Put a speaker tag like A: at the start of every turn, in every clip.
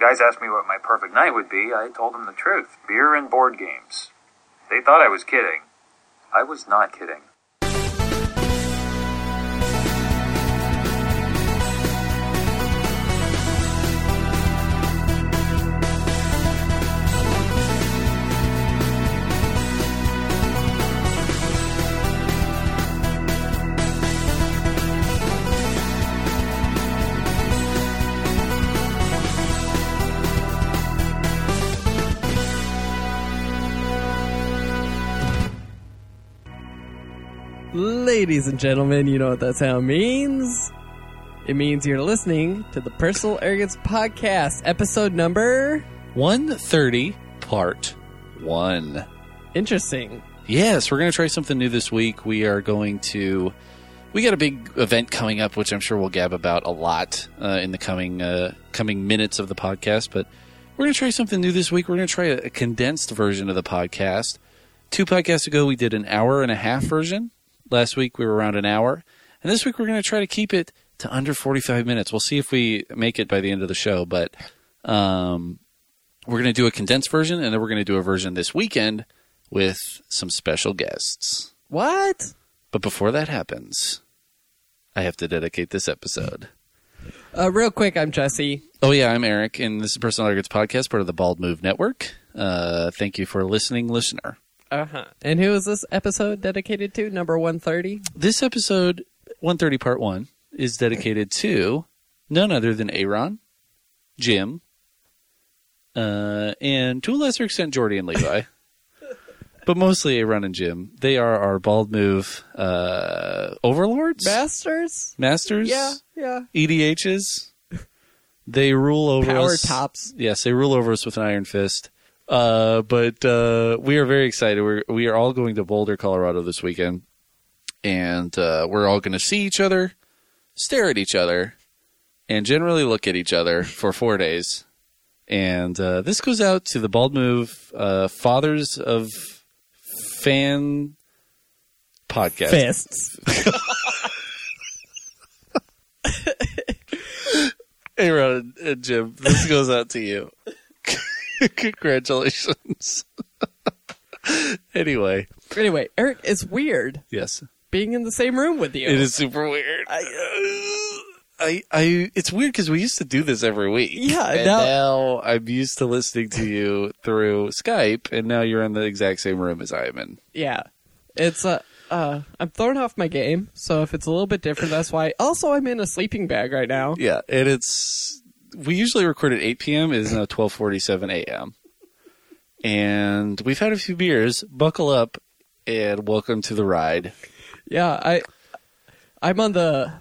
A: guys asked me what my perfect night would be, I told them the truth beer and board games. They thought I was kidding. I was not kidding.
B: Ladies and gentlemen, you know what that sound means. It means you're listening to the Personal Arrogance Podcast, episode number.
C: 130 part 1.
B: Interesting.
C: Yes, we're going to try something new this week. We are going to we got a big event coming up which I'm sure we'll gab about a lot uh, in the coming uh, coming minutes of the podcast, but we're going to try something new this week. We're going to try a, a condensed version of the podcast. Two podcasts ago we did an hour and a half version. Last week we were around an hour, and this week we're going to try to keep it to under 45 minutes. We'll see if we make it by the end of the show, but um, we're going to do a condensed version and then we're going to do a version this weekend with some special guests.
B: What?
C: But before that happens, I have to dedicate this episode.
B: Uh, real quick, I'm Jesse.
C: Oh, yeah, I'm Eric, and this is Personal Targets Podcast, part of the Bald Move Network. Uh, thank you for listening, listener.
B: Uh huh.
C: Uh-huh.
B: And who is this episode dedicated to? Number 130?
C: This episode, 130 Part 1, is dedicated to none other than Aaron, Jim, uh, and to a lesser extent, Jordy and Levi. but mostly Aaron and Jim. They are our bald move uh, overlords,
B: Masters?
C: masters,
B: Yeah, yeah.
C: EDHs. E They rule over
B: Power
C: us.
B: tops.
C: Yes, they rule over us with an iron fist. Uh, but uh, we are very excited. We're, we are all going to Boulder, Colorado this weekend, and uh, we're all going to see each other, stare at each other, and generally look at each other for four days. And uh, this goes out to the Bald Move uh, Fathers of Fan Podcast.
B: Fists.
C: Hey, Ron and Jim, this goes out to you. Congratulations. anyway,
B: Anyway, Eric, it's weird
C: yes,
B: being in the same room with you. uh,
C: it is super weird. I, I, I it's weird because we used to do this every week.
B: Yeah,
C: and
B: now-
C: now, I'm used to listening to you through Skype, and now you're in the exact same room as I am in.
B: Yeah. It's Uh, uh, I'm thrown off my game, so if it's a little bit different, that's why. Also, I'm in a sleeping bag right now.
C: Yeah, and it's we usually record at 8 p.m. It is now 12:47 a.m. And we've had a few beers. Buckle up and welcome to the ride.
B: Yeah, I I'm on the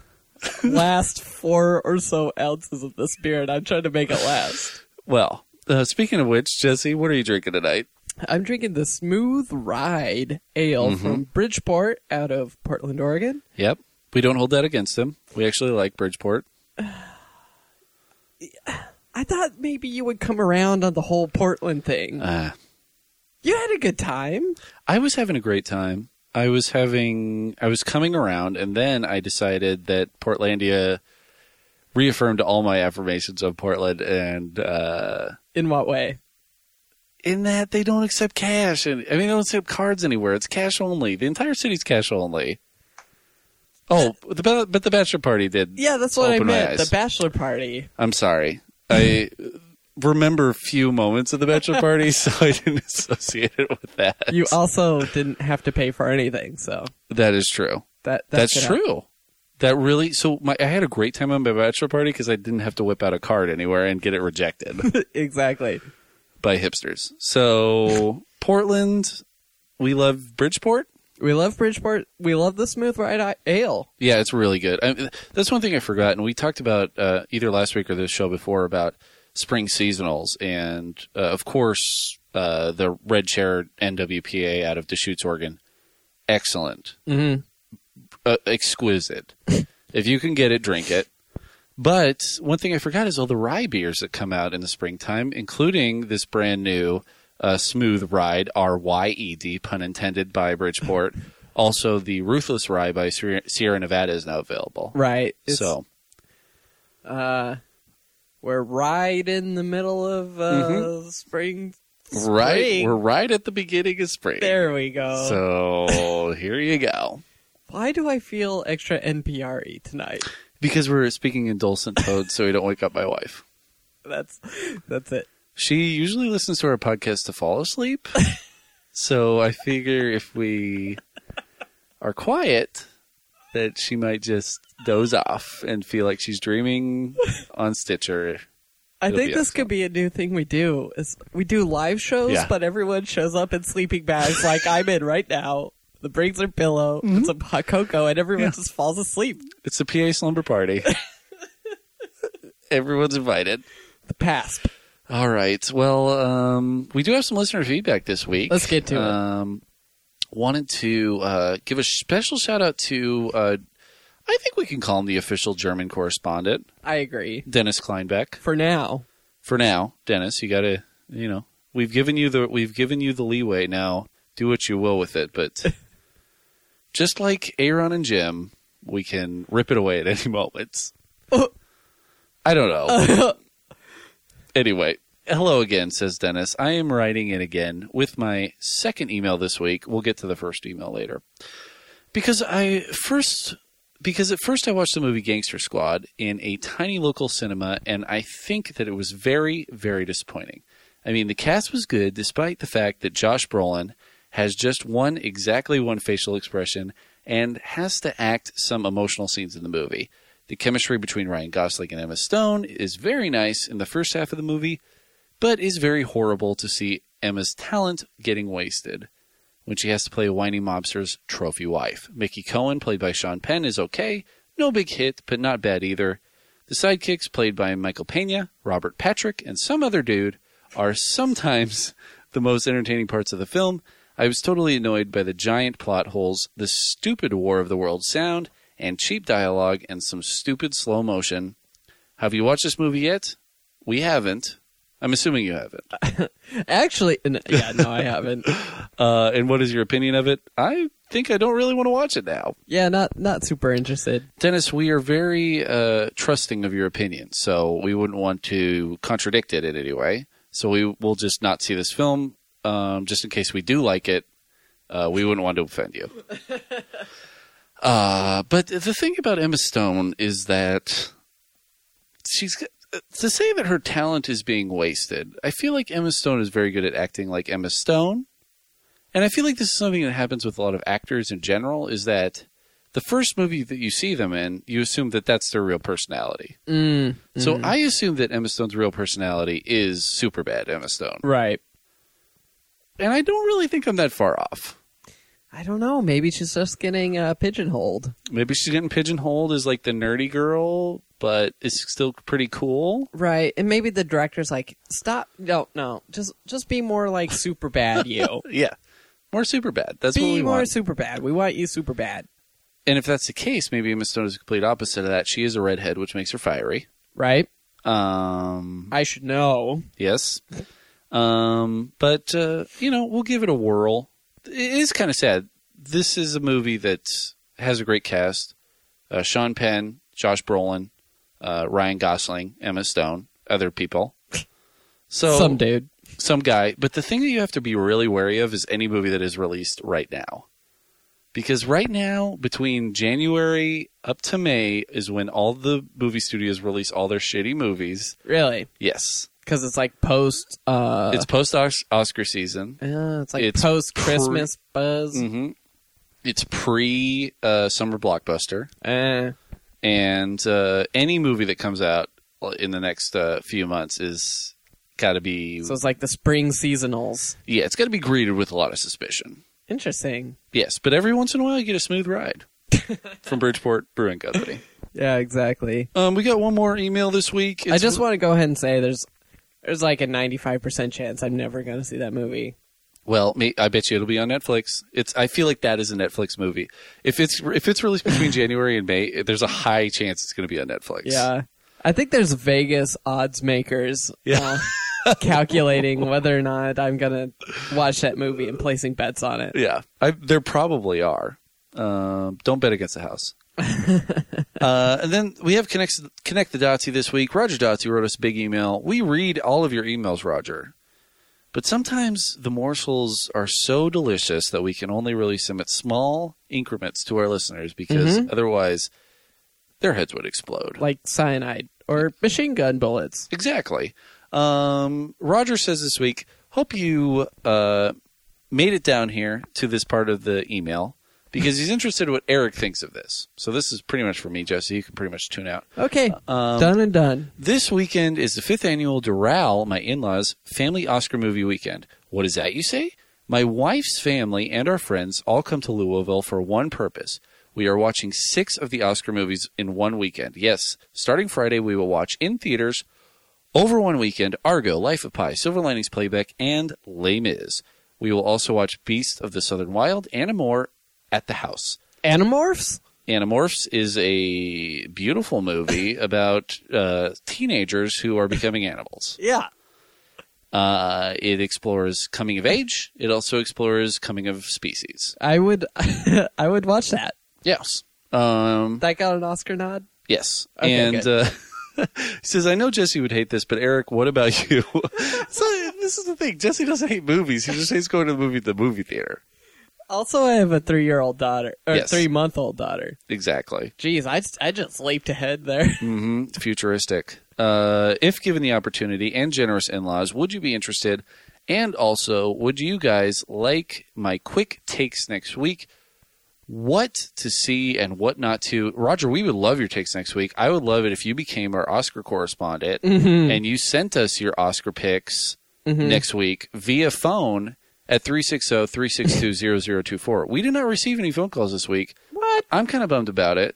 B: last four or so ounces of this beer, and I'm trying to make it last.
C: Well, uh, speaking of which, Jesse, what are you drinking tonight?
B: I'm drinking the Smooth Ride Ale from Bridgeport out of Portland, Oregon.
C: Yep, we don't hold that against him. We actually like Bridgeport.
B: I thought maybe you would come around on the whole Portland thing.
C: Uh,
B: you had a good time.
C: I was having a great time. I was having, I was coming around, and then I decided that Portlandia reaffirmed all my affirmations of Portland, and uh,
B: In what way?
C: in that they don't accept cash, and I mean they don't accept cards anywhere. It's cash only. The entire city's cash only. Oh, the ba- but the bachelor party did.
B: Yeah, that's what
C: Open
B: I
C: my
B: meant.
C: eyes.
B: The bachelor party.
C: I'm sorry. I remember few moments of the bachelor party, so I didn't associate it with that.
B: You also didn't have to pay for anything, so
C: that is true.
B: that
C: That's,
B: good.
C: true. That really. So my, I had a great time on my bachelor party because I didn't have to whip out a card anywhere and get it rejected
B: exactly.
C: by hipsters. So Portland, we love Bridgeport.
B: We love Bridgeport. We love the Smooth Ride I- Ale.
C: Yeah, it's really good. I, that's one thing I forgot, and we talked about uh, either last week or the show before about spring seasonals, and uh, of course uh, the Red Chair NWPA out of Deschutes, Oregon, excellent,
B: Mm-hmm.
C: uh, exquisite. if you can get it, drink it. But one thing I forgot is all the rye beers that come out in the springtime, including this brand new uh, Smooth Ride, R Y E D, pun intended, by Bridgeport. also, the Ruthless Rye by Sierra Sierra Nevada is now available.
B: Right. It's,
C: so
B: uh, We're right in the middle of uh,
C: Mm-hmm.
B: spring,
C: Right,
B: spring.
C: we're right at the beginning of spring.
B: There we go.
C: So here you go.
B: Why do I feel extra NPR-y tonight?
C: Because we're speaking in dulcet tones, so we don't wake up my wife.
B: That's that's it.
C: She usually listens to our podcast to fall asleep. so I figure if we are quiet, that she might just doze off and feel like she's dreaming on Stitcher.
B: I
C: It'll
B: think
C: be
B: this could be a new thing we do. Is we do live shows,
C: Yeah.
B: but everyone shows up in sleeping bags, like I'm in right now. The brings their pillow, and some hot cocoa, and everyone
C: Mm-hmm. Yeah.
B: just falls asleep.
C: It's a PA slumber party. Everyone's invited.
B: The PASP.
C: All right. Well, um, we do have some listener feedback this week.
B: Let's get to it.
C: um, it. Wanted to uh, give a special shout out to, uh, I think we can call him the official German correspondent,
B: I agree.
C: Dennis Kleinbeck.
B: For now,
C: For now, Dennis, you got to, you know, we've given you the we've given you the leeway. Now do what you will with it, but just like Aaron and Jim, we can rip it away at any moment. I don't know. Anyway, hello again, says Dennis. I am writing in again with my second email this week. We'll get to the first email later. Because I first because at first I watched the movie Gangster Squad in a tiny local cinema and I think that it was very very disappointing. I mean, the cast was good despite the fact that Josh Brolin has just one exactly one facial expression and has to act some emotional scenes in the movie. The chemistry between Ryan Gosling and Emma Stone is very nice in the first half of the movie, but is very horrible to see Emma's talent getting wasted when she has to play a whiny mobster's trophy wife. Mickey Cohen, played by Sean Penn, is okay. No big hit, but not bad either. The sidekicks, played by Michael Pena, Robert Patrick, and some other dude, are sometimes the most entertaining parts of the film. I was totally annoyed by the giant plot holes, the stupid War of the Worlds sound, and cheap dialogue, and some stupid slow motion. Have you watched this movie yet? We haven't. I'm assuming you haven't.
B: actually, n- yeah, no, I haven't.
C: Uh, and what is your opinion of it? I think I don't really want to watch it now.
B: Yeah, not not super interested.
C: Dennis, we are very uh, trusting of your opinion, so we wouldn't want to contradict it in any way. So we will just not see this film, um, just in case we do like it. Uh, we wouldn't want to offend you. Uh, but the thing about Emma Stone is that she's to say that her talent is being wasted. I feel like Emma Stone is very good at acting like Emma Stone, and I feel like this is something that happens with a lot of actors in general. Is that the first movie that you see them in, you assume that that's their real personality.
B: Mm,
C: So I assume that Emma Stone's real personality is super bad Emma Stone.
B: right.
C: And I don't really think I'm that far off.
B: I don't know. Maybe she's just getting uh, pigeonholed.
C: Maybe she's getting pigeonholed as like the nerdy girl, but it's still pretty cool.
B: Right, and maybe the director's like, "Stop! No, no, just just be more like super bad, you.
C: Yeah. More super bad. That's what
B: be
C: we
B: more
C: want.
B: super bad. We want you super bad,
C: and if that's the case, maybe Emma Stone is the complete opposite of that. She is a redhead, which makes her fiery.
B: right?
C: Um,
B: I should know.
C: Yes. Um, but, uh, you know, we'll give it a whirl. It is kind of sad. This is a movie that has a great cast uh, Sean Penn, Josh Brolin, uh, Ryan Gosling, Emma Stone, other people. So
B: Some dude.
C: some guy. But the thing that you have to be really wary of is any movie that is released right now. Because right now, between January up to May, is when all the movie studios release all their shitty movies.
B: Really?
C: Yes.
B: Because it's like post. uh
C: It's post Oscar season.
B: uh, it's like
C: it's
B: post Christmas buzz.
C: Mm-hmm. It's pre uh, summer blockbuster,
B: Eh.
C: and uh, any movie that comes out in the next uh, few months is got to be
B: so it's like the spring seasonals.
C: yeah, it's got to be greeted with a lot of suspicion.
B: Interesting.
C: Yes, but every once in a while you get a smooth ride from Bridgeport Brewing Company.
B: Yeah, exactly.
C: Um, we got one more email this week.
B: I just want to go ahead and say there's there's like a 95% chance I'm never going to see that movie.
C: Well, may- I bet you it'll be on Netflix. It's. I feel like that is a Netflix movie. If it's if it's released between January and May, there's a high chance it's going to be on Netflix.
B: Yeah. I think there's Vegas odds makers
C: Yeah.
B: uh, calculating whether or not I'm going to watch that movie and placing bets on it.
C: Yeah, I, there probably are. Um, don't bet against the house. Uh, and then we have connect connect the Dotsy this week. Roger Dotsy wrote us a big email. We read all of your emails, Roger, but sometimes the morsels are so delicious that we can only release them at small increments to our listeners because otherwise their heads would explode.
B: like cyanide or machine gun bullets.
C: Exactly. Um, Roger says this week, hope you uh, made it down here to this part of the email because he's interested in what Eric thinks of this. So this is pretty much for me, Jesse. You can pretty much tune out.
B: Okay, done and done.
C: This weekend is the fifth annual Doral, my in laws, family Oscar movie weekend. What is that, you say? My wife's family and our friends all come to Louisville for one purpose. We are watching six of the Oscar movies in one weekend. Yes, starting Friday, we will watch in theaters over one weekend Argo, Life of Pi, Silver Linings Playback, and Les Mis. We will also watch Beast of the Southern Wild, Animorphs at the house.
B: Animorphs?
C: Animorphs is a beautiful movie about uh, teenagers who are becoming animals.
B: Yeah.
C: Uh, it explores coming of age. It also explores coming of species.
B: I would I would watch that.
C: Yes. Um,
B: That got an Oscar nod.
C: yes.
B: Okay,
C: and uh, he says, I know Jesse would hate this, but Eric, what about you? so this is the thing. Jesse doesn't hate movies. He just hates going to the movie the movie theater.
B: Also, I have a three-year-old daughter or
C: Yes.
B: three-month-old daughter.
C: Exactly.
B: Jeez, I just, I just leaped ahead there.
C: hmm Futuristic. Uh, if given the opportunity and generous in laws, would you be interested? And also, would you guys like my quick takes next week? What to see and what not to. Roger, we would love your takes next week. I would love it if you became our Oscar correspondent and you sent us your Oscar picks next week via phone at oh, 360 362 0024. We did not receive any phone calls this week.
B: What?
C: I'm kind of bummed about it.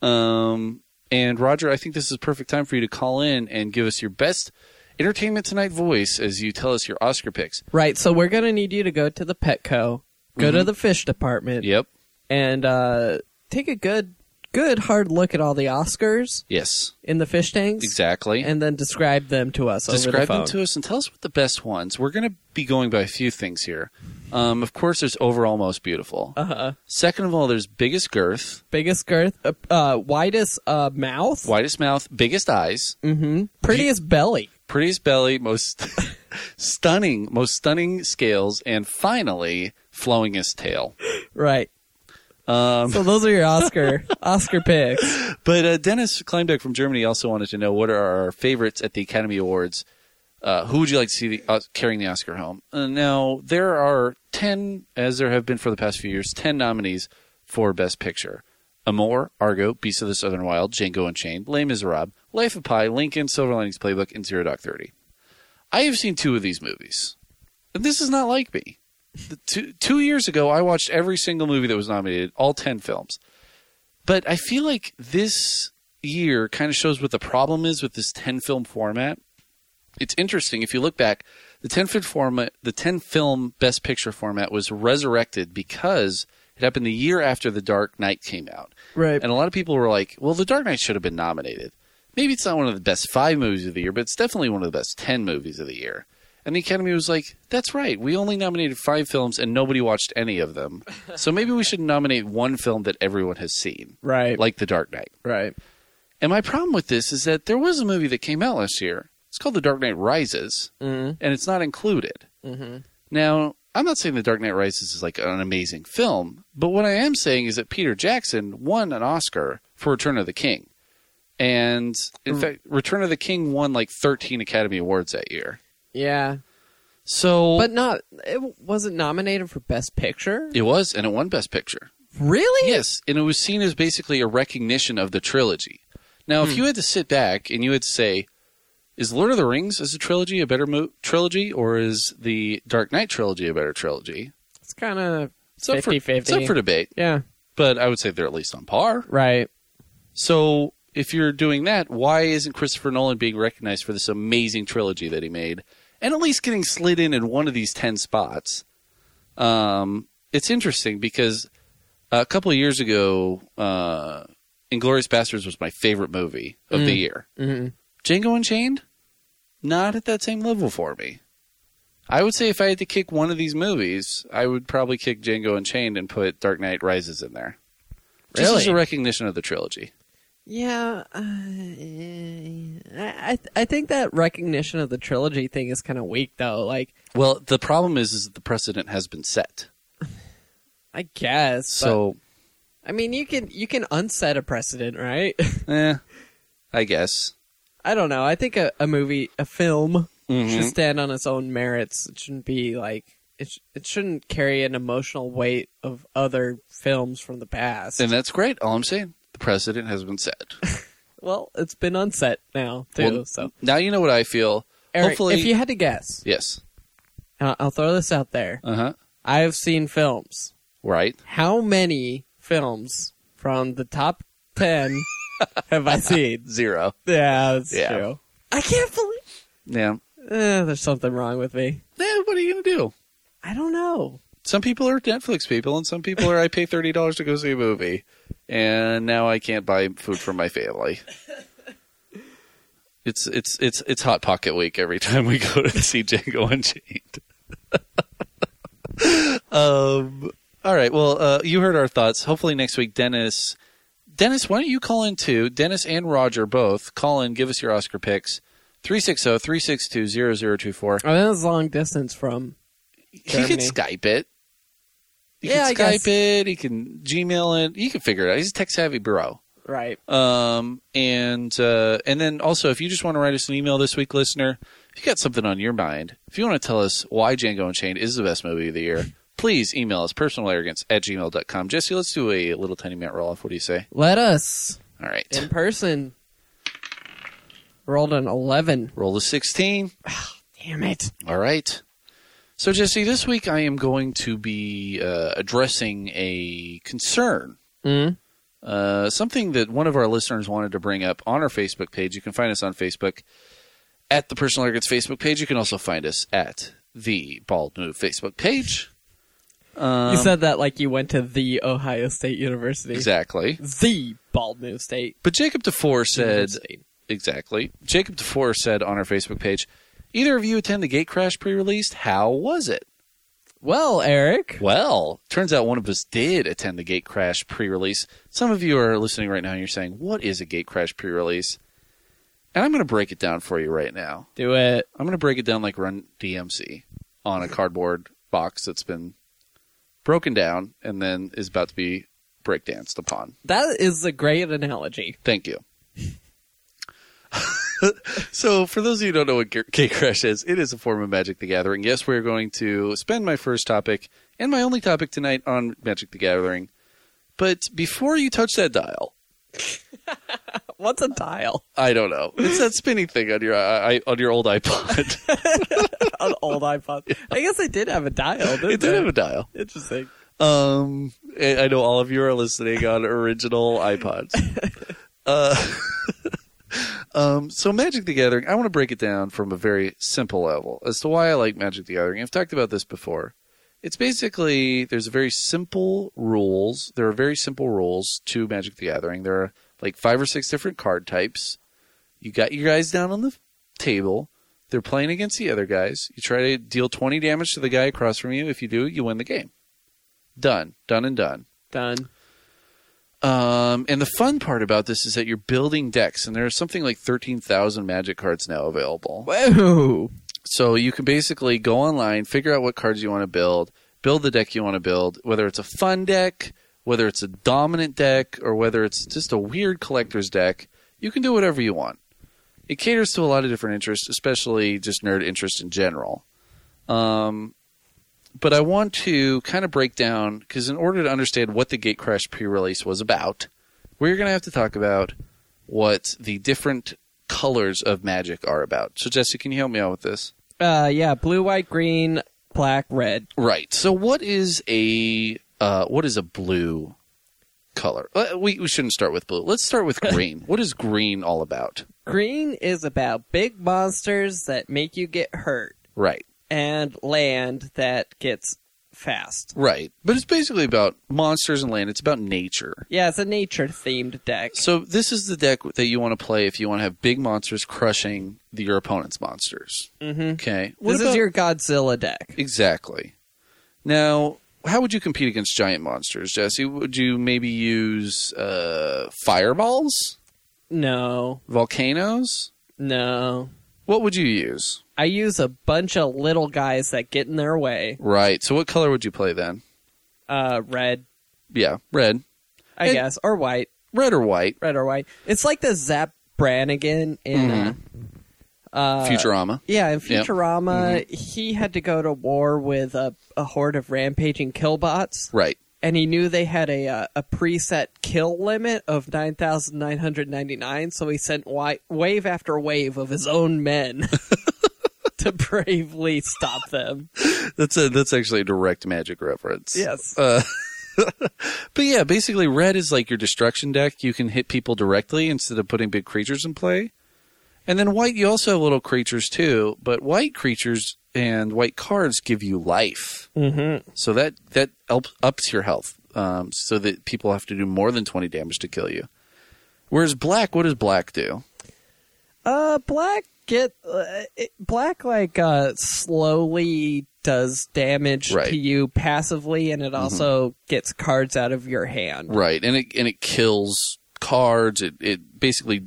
C: Um, and Roger, I think this is a perfect time for you to call in and give us your best entertainment tonight voice as you tell us your Oscar picks.
B: Right. So we're gonna need you to go to the Petco, go
C: Mm-hmm.
B: to the fish department,
C: Yep.
B: and uh, take a good good hard look at all the Oscars
C: Yes.
B: in the fish tanks,
C: Exactly.
B: and then describe them to us. over the
C: Describe
B: phone.
C: them to us and tell us what the best ones. We're going to be going by a few things here. Um, of course, there's overall most beautiful.
B: Uh-huh.
C: Second of all, there's biggest girth,
B: Biggest girth, uh, uh, widest uh, mouth,
C: widest mouth, biggest eyes,
B: hmm prettiest belly.
C: prettiest belly, most stunning, most stunning scales, and finally, flowingest tail.
B: Right.
C: Um,
B: So those are your Oscar Oscar picks.
C: But uh, Dennis Kleinbeck from Germany also wanted to know what are our favorites at the Academy Awards. Uh, who would you like to see the, uh, carrying the Oscar home? Uh, now there are ten, as there have been for the past few years, ten nominees for Best Picture: Amour, Argo, Beast of the Southern Wild, Django Unchained, Les Miserables, Life of Pi, Lincoln, Silver Linings Playbook, and Zero Dark Thirty. I have seen two of these movies, and this is not like me. The two, two years ago, I watched every single movie that was nominated, all ten films but I feel like this year kind of shows what the problem is with this 10 film format. It's interesting if you look back, the 10 film format, the 10 film best picture format was resurrected because it happened the year after The Dark Knight came out.
B: Right.
C: And a lot of people were like, "Well, The Dark Knight should have been nominated. Maybe it's not one of the best 5 movies of the year, but it's definitely one of the best 10 movies of the year." And the Academy was like, "That's right. We only nominated 5 films and nobody watched any of them. So maybe we should nominate one film that everyone has seen."
B: Right.
C: like The Dark Knight.
B: right.
C: And my problem with this is that there was a movie that came out last year. It's called The Dark Knight Rises,
B: Mm.
C: and it's not included.
B: hmm
C: Now, I'm not saying The Dark Knight Rises is like an amazing film, but what I am saying is that Peter Jackson won an Oscar for Return of the King. And in fact, Return of the King won like 13 Academy Awards that year.
B: Yeah.
C: So
B: But not. It wasn't nominated for Best Picture.
C: it was, and it won Best Picture.
B: Really?
C: Yes, and it was seen as basically a recognition of the trilogy. Now, if you had to sit back and you had to say, is Lord of the Rings as a trilogy a better mo- trilogy, or is the Dark Knight trilogy a better trilogy?
B: It's kind of
C: It's up, for,
B: 50-50.
C: it's up for debate,
B: yeah.
C: but I would say they're at least on par.
B: Right.
C: So, if you're doing that, why isn't Christopher Nolan being recognized for this amazing trilogy that he made, and at least getting slid in in one of these ten spots? Um, it's interesting because a couple of years ago, uh, *Inglorious Bastards* was my favorite movie of the year.
B: Mhm.
C: *Django Unchained*, not at that same level for me. I would say if I had to kick one of these movies, I would probably kick *Django Unchained* and put *Dark Knight Rises* in there. Just as a
B: Really?
C: recognition of the trilogy.
B: Yeah, uh, I I, I think that recognition of the trilogy thing is kind of weak, though. Like,
C: Well, the problem is, is that the precedent has been set.
B: I guess. So
C: So,
B: I mean, you can you can unset a precedent, right?
C: eh, I guess.
B: I don't know. I think a, a movie, a film,
C: Mhm.
B: should stand on its own merits. It shouldn't be like it. Sh- it shouldn't carry an emotional weight of other films from the past.
C: And that's great. All I'm saying, the precedent has been set.
B: well, it's been unset now too.
C: Well,
B: so,
C: Now you know what I feel.
B: Eric,
C: hopefully-
B: if you had to guess,
C: Yes.
B: and I- I'll throw this out there.
C: Uh huh.
B: I have seen films.
C: Right.
B: how many films from the top 10 have I seen?
C: Zero.
B: Yeah, that's
C: Yeah.
B: true. I can't believe.
C: Yeah.
B: Eh, there's something wrong with me.
C: Yeah, what are you gonna do?
B: I don't know.
C: Some people are Netflix people, and some people are I pay thirty dollars to go see a movie, and now I can't buy food for my family. It's it's it's it's hot pocket week every time we go to see Django Unchained. um. All right. Well, uh, you heard our thoughts. Hopefully next week, Dennis. Dennis, why don't you call in too? Dennis and Roger both call in. Give us your Oscar picks. oh, 360 362 0024.
B: Oh, that was long distance from.
C: He
B: Germany.
C: could Skype it. He
B: Yeah, I
C: can Skype
B: guess.
C: it. He can Gmail it. He can figure it out. He's a tech savvy bro.
B: Right.
C: Um, and uh, and then also, if you just want to write us an email this week, listener, if you got something on your mind, if you want to tell us why Django Unchained is the best movie of the year, please email us personalarrogance at gmail.com. Jesse, let's do a little tiny minute roll off. What do you say?
B: Let us
C: All right.
B: in person. Rolled an 11.
C: Roll to 16.
B: Damn it.
C: All right. So, Jesse, this week I am going to be uh, addressing a concern
B: Mm.
C: Uh, something that one of our listeners wanted to bring up on our Facebook page. You can find us on Facebook at the Personal Arrogance Facebook page. You can also find us at the Bald Move Facebook page. Um,
B: you said that like you went to the Ohio State University.
C: exactly.
B: The Bald Move State.
C: But Jacob DeFore said
B: University.
C: exactly. Jacob DeFore said on our Facebook page, "Either of you attend the Gate Crash pre-released? How was it?"
B: Well, Eric.
C: Well, turns out one of us did attend the Gate Crash pre release. Some of you are listening right now and you're saying, What is a Gate Crash pre release? And I'm going to break it down for you right now.
B: Do it.
C: I'm going to break it down like Run DMC on a cardboard box that's been broken down and then is about to be breakdanced upon.
B: That is a great analogy.
C: Thank you. so, for those of you who don't know what G- Gate Crash is, it is a form of Magic the Gathering. Yes, we're going to spend my first topic and my only topic tonight on Magic the Gathering. But before you touch that dial,
B: What's a dial?
C: I don't know. It's that spinny thing on your I, I- on your old iPod.
B: An old iPod. I guess I did have a dial. Didn't
C: it did have a dial.
B: Interesting.
C: Um, I I know all of you are listening on original iPods. Uh, um, so Magic the Gathering, I want to break it down from a very simple level as to why I like Magic the Gathering. I've talked about this before. It's basically there's very simple rules. There are very simple rules to Magic the Gathering. There are like five or six different card types. You got your guys down on the table. They're playing against the other guys. You try to deal 20 damage to the guy across from you. If you do, you win the game. Done. Done and done.
B: Done.
C: Um, and the fun part about this is that you're building decks, and there are something like 13,000 magic cards now available.
B: Whoa.
C: So you can basically go online, figure out what cards you want to build, build the deck you want to build, whether it's a fun deck, whether it's a dominant deck, or whether it's just a weird collector's deck. You can do whatever you want. It caters to a lot of different interests, especially just nerd interest in general. Um, but I want to kind of break down because in order to understand what the Gate Crash pre-release was about, we're going to have to talk about what the different colors of Magic are about. So, Jesse, can you help me out with this?
B: Uh, yeah. Blue, white, green, black, red.
C: Right. So what is a uh, what is a blue color? Uh, We we shouldn't start with blue. Let's start with green. what is green all about?
B: Green is about big monsters that make you get hurt
C: Right.
B: and land that gets fast.
C: Right. But it's basically about monsters and land. It's about nature.
B: Yeah, it's a nature themed deck.
C: So this is the deck that you want to play if you want to have big monsters crushing the, your opponent's monsters.
B: Mm-hmm.
C: Okay. What
B: This is
C: about-
B: your Godzilla deck.
C: Exactly. Now, how would you compete against giant monsters, Jesse? Would you maybe use uh, fireballs,
B: No,
C: volcanoes?
B: no.
C: What would you use?
B: I use a bunch of little guys that get in their way.
C: Right. So what color would you play then?
B: Uh, red,
C: Yeah, red,
B: I
C: It-
B: guess, or white,
C: red or white.
B: red or white. It's like the Zap Brannigan in. Uh, uh,
C: Futurama.
B: Yeah, in
C: Yep.
B: Futurama, he had to go to war with a, a horde of rampaging killbots,
C: Right.
B: and he knew they had a uh, a preset kill limit of nine thousand nine hundred ninety nine. So he sent wi- wave after wave of his own men to bravely stop them.
C: That's a that's actually a direct magic reference.
B: Yes,
C: But yeah, basically red is like your destruction deck. You can hit people directly instead of putting big creatures in play. And then white, you also have little creatures too, but white creatures and white cards give you life.
B: mm-hmm.
C: So that that up, ups your health, um, so that people have to do more than twenty damage to kill you. Whereas black, what does black do?
B: uh, black get uh, it, black like uh slowly does damage
C: Right. Mm-hmm.
B: to you passively, and it also gets cards out of your hand.
C: Right, and it and it kills cards. It it basically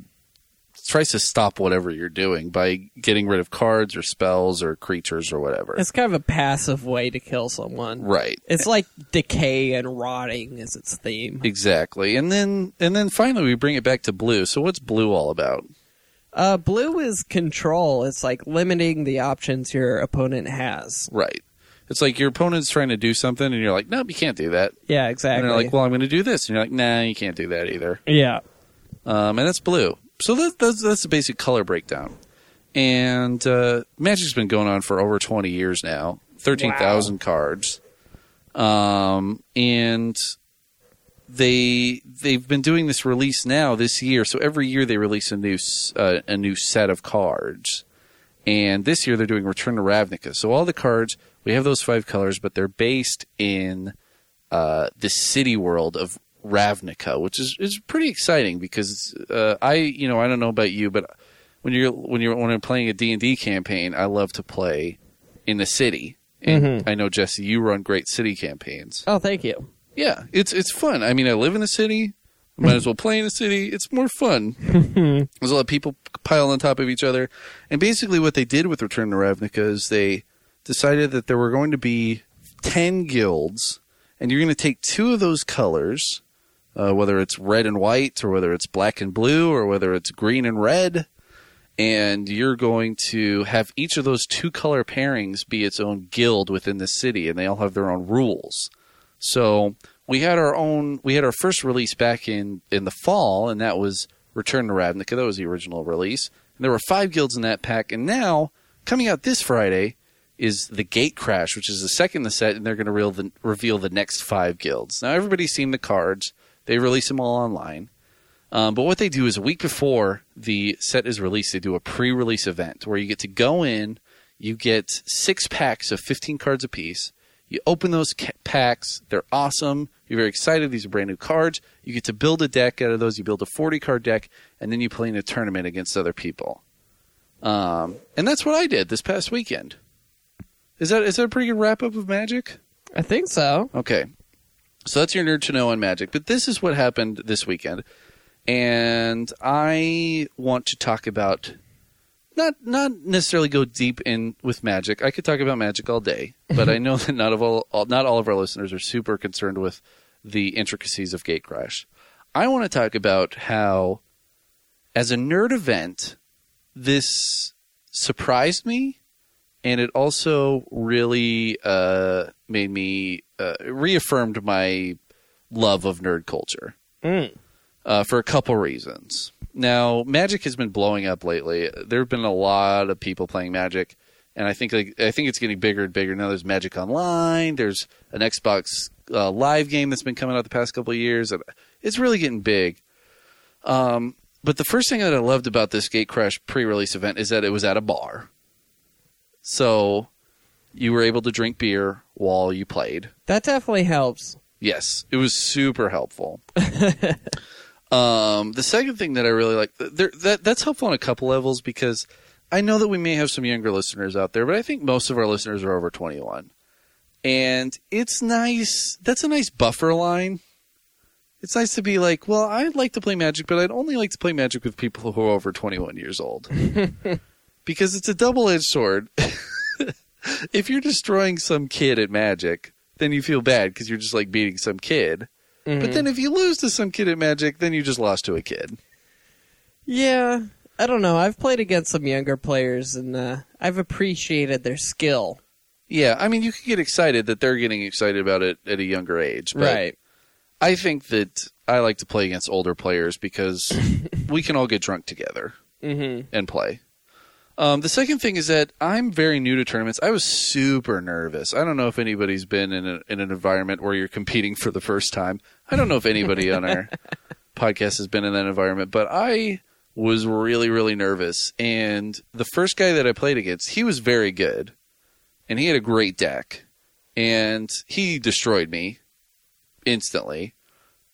C: tries to stop whatever you're doing by getting rid of cards or spells or creatures or whatever.
B: It's kind of a passive way to kill someone.
C: right.
B: It's like decay and rotting is its theme.
C: Exactly. And then and then finally we bring it back to blue. So what's blue all about?
B: Uh, blue is control. It's like limiting the options your opponent has.
C: Right. It's like your opponent's trying to do something and you're like, "Nope, you can't do that."
B: Yeah,
C: And
B: exactly.
C: they're like, "Well, I'm going to do this." And you're like, "Nah, you can't do that either."
B: yeah.
C: Um, and that's blue. So that, that's that's the basic color breakdown. And uh, Magic's been going on for over 20 years now. 13,000 cards. Um, and they they've been doing this release now this year. So every year they release a new s- uh, a new set of cards. And this year they're doing Return to Ravnica. So all the cards, we have those five colors, but they're based in uh, the city world of Ravnica, which is is pretty exciting because uh, I you know I don't know about you, but when you're when you're when I'm playing a D and D campaign, I love to play in the city. And I know Jesse, you run great city campaigns.
B: Oh, thank you.
C: Yeah, it's it's fun. I mean, I live in the city. I Might as well play in the city. It's more fun. There's a lot of people pile on top of each other, and basically what they did with Return to Ravnica is they decided that there were going to be ten guilds, and you're going to take two of those colors, uh, whether it's red and white, or whether it's black and blue, or whether it's green and red, and you're going to have each of those two color pairings be its own guild within the city, and they all have their own rules. So we had our own. We had our first release back in in the fall, and that was Return to Ravnica. That was the original release. And there were five guilds in that pack, and now coming out this Friday is the Gate Crash, which is the second in the set, and they're going to reveal the, reveal the next five guilds. Now everybody's seen the cards. They release them all online. Um, but what they do is a week before the set is released, they do a pre-release event where you get to go in. You get six packs of 15 cards apiece. You open those ca- packs. They're awesome. You're very excited. These are brand new cards. You get to build a deck out of those. You build a 40 card deck, and then you play in a tournament against other people. Um, and that's what I did this past weekend. Is that is that a pretty good wrap up of Magic?
B: I think so.
C: Okay. So that's your nerd to know on magic. But this is what happened this weekend. And I want to talk about not not necessarily go deep in with magic. I could talk about magic all day, but I know that not of all, all not all of our listeners are super concerned with the intricacies of Gate Crash. I want to talk about how as a nerd event this surprised me and it also really uh, made me uh, reaffirmed my love of nerd culture
B: Mm.
C: uh, for a couple reasons. Now, Magic has been blowing up lately. There have been a lot of people playing Magic, and I think like I think it's getting bigger and bigger. Now there's Magic Online. There's an Xbox uh, Live game that's been coming out the past couple of years, and it's really getting big. Um, but the first thing that I loved about this Gate Crash pre-release event is that it was at a bar, so you were able to drink beer while you played.
B: That definitely helps.
C: Yes, it was super helpful. um, the second thing that I really like there, that that's helpful on a couple levels because I know that we may have some younger listeners out there, but I think most of our listeners are over 21. and it's nice. That's a nice buffer line. It's nice to be like, well, I'd like to play Magic, but I'd only like to play Magic with people who are over 21 years old. because it's a double edged sword. if you're destroying some kid at Magic, then you feel bad because you're just like beating some kid. But then if you lose to some kid at Magic, then you just lost to a kid.
B: Yeah, I don't know. I've played against some younger players, and uh, I've appreciated their skill.
C: Yeah, I mean, you can get excited that they're getting excited about it at a younger age. But I think that I like to play against older players because we can all get drunk together
B: Mm-hmm.
C: and play. Um, the second thing is that I'm very new to tournaments. I was super nervous. I don't know if anybody's been in, a, in an environment where you're competing for the first time. I don't know if anybody on our podcast has been in that environment, but I was really, really nervous. And the first guy that I played against, he was very good and he had a great deck and he destroyed me instantly.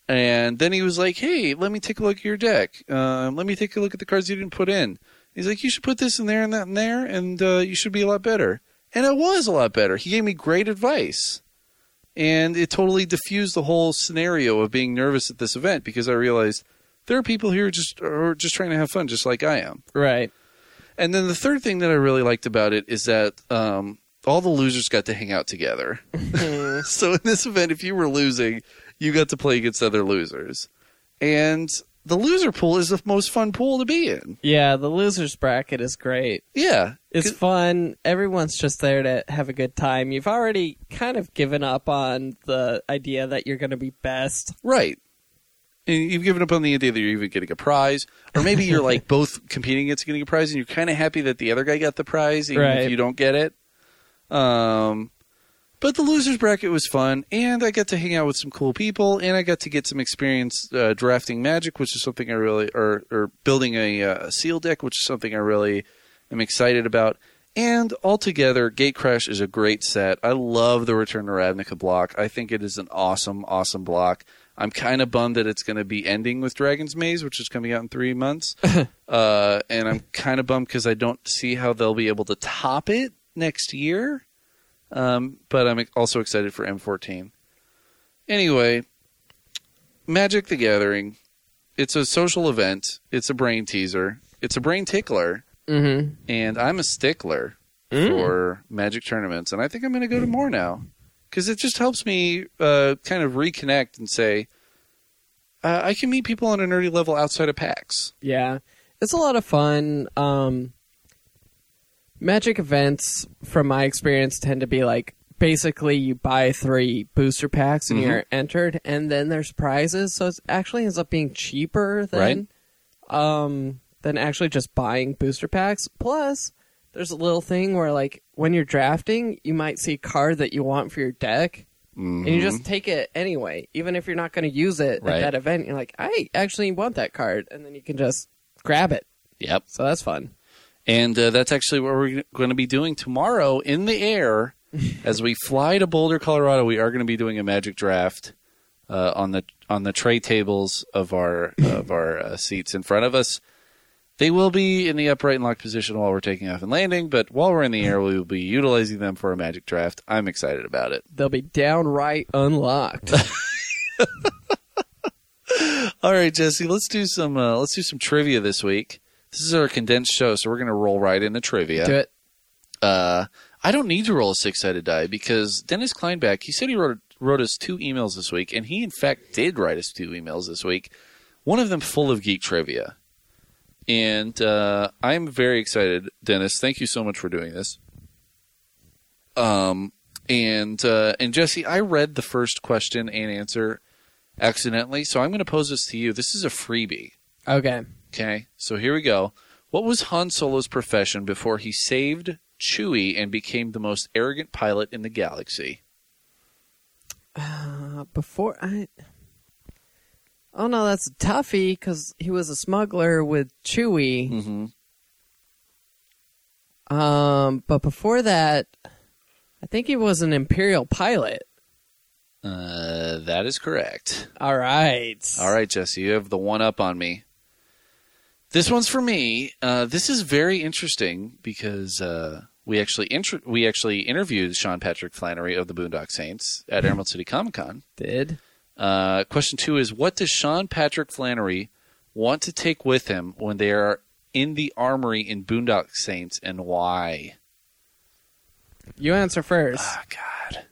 C: And then he was like, "Hey, let me take a look at your deck. Um, let me take a look at the cards you didn't put in." He's like, "You should put this in there and that in there, and uh, you should be a lot better." And it was a lot better. He gave me great advice, and it totally diffused the whole scenario of being nervous at this event because I realized there are people here just are just trying to have fun, just like I am.
B: Right.
C: And then the third thing that I really liked about it is that um, all the losers got to hang out together.
B: Hmm.
C: so in this event, if you were losing, you got to play against other losers. And the loser pool is the most fun pool to be in.
B: Yeah, the losers bracket is great.
C: Yeah.
B: It's
C: Good-
B: fun. Everyone's just there to have a good time. You've already kind of given up on the idea that you're going to be best.
C: Right. And you've given up on the idea that you're even getting a prize. Or maybe you're like both competing against getting a prize and you're kind of happy that the other guy got the prize, even if
B: Right.
C: you don't get it. Um, but the loser's bracket was fun. And I got to hang out with some cool people. And I got to get some experience uh, drafting magic, which is something I really, or, or building a, uh, a seal deck, which is something I really am excited about. And altogether, Gate Crash is a great set. I love the Return to Ravnica block. I think it is an awesome, awesome block. I'm kind of bummed that it's going to be ending with Dragon's Maze, which is coming out in three months. uh, and I'm kind of bummed because I don't see how they'll be able to top it next year. Um, but I'm also excited for M14. Anyway, Magic the Gathering. It's a social event. It's a brain teaser. It's a brain tickler
B: Mm-hmm.
C: and I'm a stickler
B: Mm.
C: for magic tournaments, and I think I'm going to go to more now because it just helps me uh, kind of reconnect and say uh, I can meet people on a nerdy level outside of PAX.
B: Yeah, it's a lot of fun. Um, magic events, from my experience, tend to be like basically you buy three booster packs and
C: Mhm.
B: you're entered, and then there's prizes. So it actually ends up being cheaper than um, than actually just buying booster packs. Plus, there's a little thing where like when you're drafting, you might see a card that you want for your deck and you just take it anyway, even if you're not going to use it
C: Mm-hmm. Right.
B: at that event. You're like, I actually want that card, and then you can just grab it.
C: yep,
B: So that's fun.
C: and uh, that's actually what we're going to be doing tomorrow in the air as we fly to Boulder, Colorado. We are going to be doing a magic draft. Uh, on the on the tray tables of our of our uh, seats in front of us, They will be in the upright and locked position while we're taking off and landing, but while we're in the air, we will be utilizing them for a magic draft. I'm excited about it.
B: They'll be downright unlocked.
C: All right, Jesse, let's do some uh, let's do some trivia this week. This is our condensed show, so we're going to roll right into trivia.
B: Do it.
C: Uh, I don't need to roll a six-sided die because Dennis Kleinback, he said he wrote wrote us two emails this week, and he in fact did write us two emails this week. One of them full of geek trivia, and uh, I'm very excited, Dennis. Thank you so much for doing this. Um, and uh, and Jesse, I read the first question and answer accidentally, so I'm going to pose this to you. This is a freebie.
B: Okay.
C: Okay, so here we go. What was Han Solo's profession before he saved Chewie and became the most arrogant pilot in the galaxy?
B: Uh, before I. Oh no, that's a toughie because he was a smuggler with Chewie.
C: Mm-hmm.
B: Um, but before that, I think he was an Imperial pilot.
C: Uh, that is correct.
B: All right.
C: All right, Jesse, you have the one up on me. This one's for me. Uh, this is very interesting because uh, we actually inter- we actually interviewed Sean Patrick Flannery of the Boondock Saints at Emerald City Comic Con.
B: Did
C: Uh, question two is: What does Sean Patrick Flannery want to take with him when they are in the armory in Boondock Saints, and why?
B: you answer first?
C: Ah, God!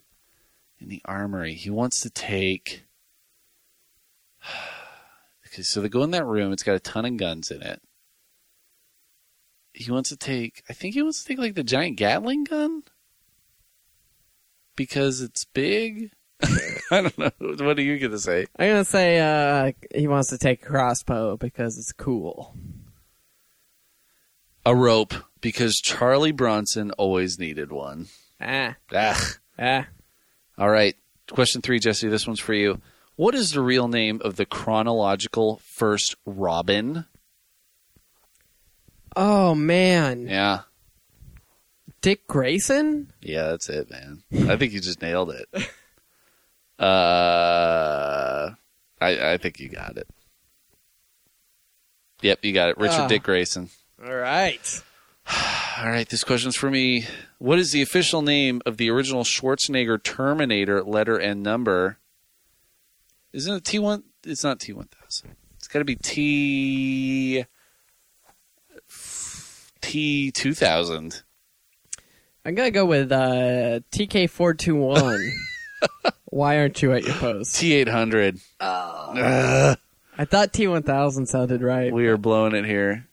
C: In the armory, he wants to take. Okay, so they go in that room. It's got a ton of guns in it. He wants to take. I think he wants to take like the giant Gatling gun because it's big. I don't know. What are you gonna say?
B: I'm gonna say uh, he wants to take a crossbow because it's cool.
C: a rope because Charlie Bronson always needed one.
B: Ah,
C: Ah.
B: ah.
C: All right. Question three, Jesse. This one's for you. What is the real name of the chronological first Robin?
B: Oh man,
C: Yeah.
B: Dick Grayson.
C: Yeah, that's it, man. I think you just nailed it. Uh, I, I think you got it. Yep, you got it. Richard
B: Ah.
C: Dick Grayson.
B: All right.
C: All right, this question's for me. What is the official name of the original Schwarzenegger Terminator letter and number? Isn't it T one? It's not T one thousand. It's got to be T T two thousand.
B: I'm gonna go with uh, TK four two one. Why aren't you at your post?
C: T eight hundred.
B: I thought T one thousand sounded right.
C: We are blowing it here.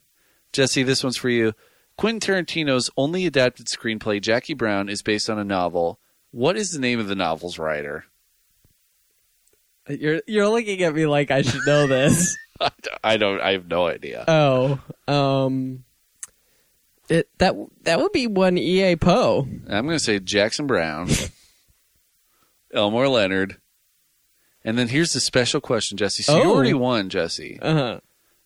C: Jesse, this one's for you. Quentin Tarantino's only adapted screenplay, Jackie Brown, is based on a novel. What is the name of the novel's writer?
B: You're you're looking at me like I should know this.
C: I don't. I have no idea.
B: oh, um, it that that would be one E EA Poe.
C: I'm going to say Jackson Brown, Elmore Leonard, and then here's the special question, Jesse. So you
B: Oh.
C: already won, Jesse,
B: Uh huh.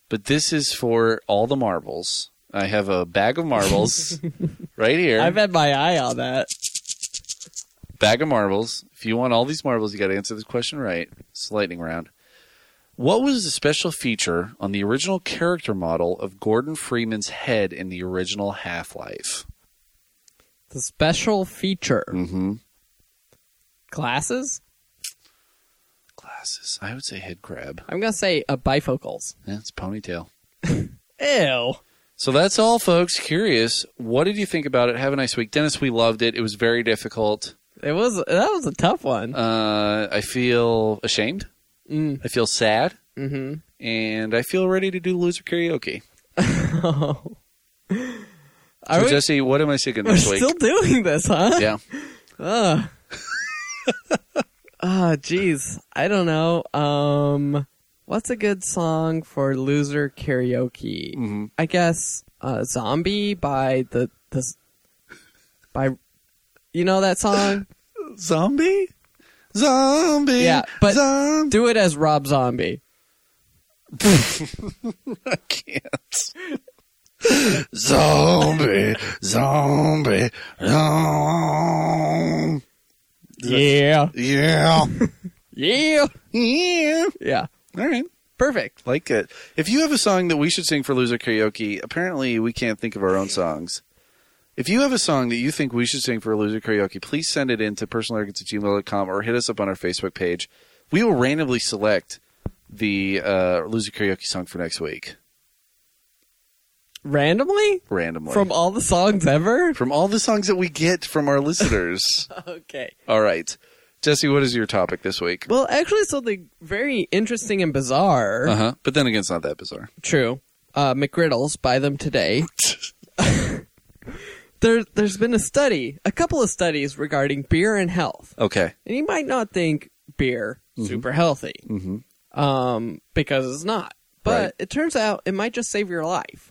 C: but this is for all the marbles. I have a bag of marbles right here.
B: I've had my eye on that.
C: bag of marbles. If you want all these marbles, you got to answer this question right. It's a lightning round. What was the special feature on the original character model of Gordon Freeman's head in the original Half Life?
B: The special feature
C: Mm-hmm.
B: glasses.
C: Glasses. I would say head crab.
B: I'm gonna say a bifocals.
C: Yeah, it's ponytail.
B: Ew.
C: So that's all, folks. Curious, what did you think about it? Have a nice week, Dennis. We loved it. It was very difficult.
B: It was that was a tough one.
C: Uh, I feel ashamed.
B: Mm.
C: I feel sad,
B: Mm-hmm.
C: and I feel ready to do loser karaoke.
B: Oh. Are
C: So,
B: we,
C: Jesse, what am I singing
B: we're
C: this week?
B: still doing this, huh?
C: yeah,
B: Ugh. Ah, jeez. I don't know. Um, what's a good song for loser karaoke?
C: Mhm.
B: I guess uh, "Zombie" by the the by. You know that song?
C: zombie, zombie.
B: Yeah, but-
C: zombie.
B: Do it as Rob Zombie.
C: I can't. zombie, zombie, zombie.
B: Yeah,
C: Yeah,
B: yeah,
C: yeah.
B: yeah.
C: All right.
B: Perfect.
C: like it. If you have a song that we should sing for loser karaoke, apparently we can't think of our own songs. If you have a song that you think we should sing for loser karaoke, please send it in to personalarrogance at gmail.com or hit us up on our Facebook page. We will randomly select the uh, loser karaoke song for next week
B: Randomly
C: randomly
B: from all the songs ever.
C: from all the songs that we get from our listeners.
B: Okay.
C: all right, Jesse, what is your topic this week?
B: Well, actually, something very interesting and bizarre.
C: Uh huh. But then again, it's not that bizarre.
B: True. Uh, McGriddles, buy them today. there, there's been a study, a couple of studies regarding beer and health.
C: Okay.
B: And you might not think beer super healthy
C: Mm-hmm.
B: um, because it's not. But
C: Right.
B: it turns out it might just save your life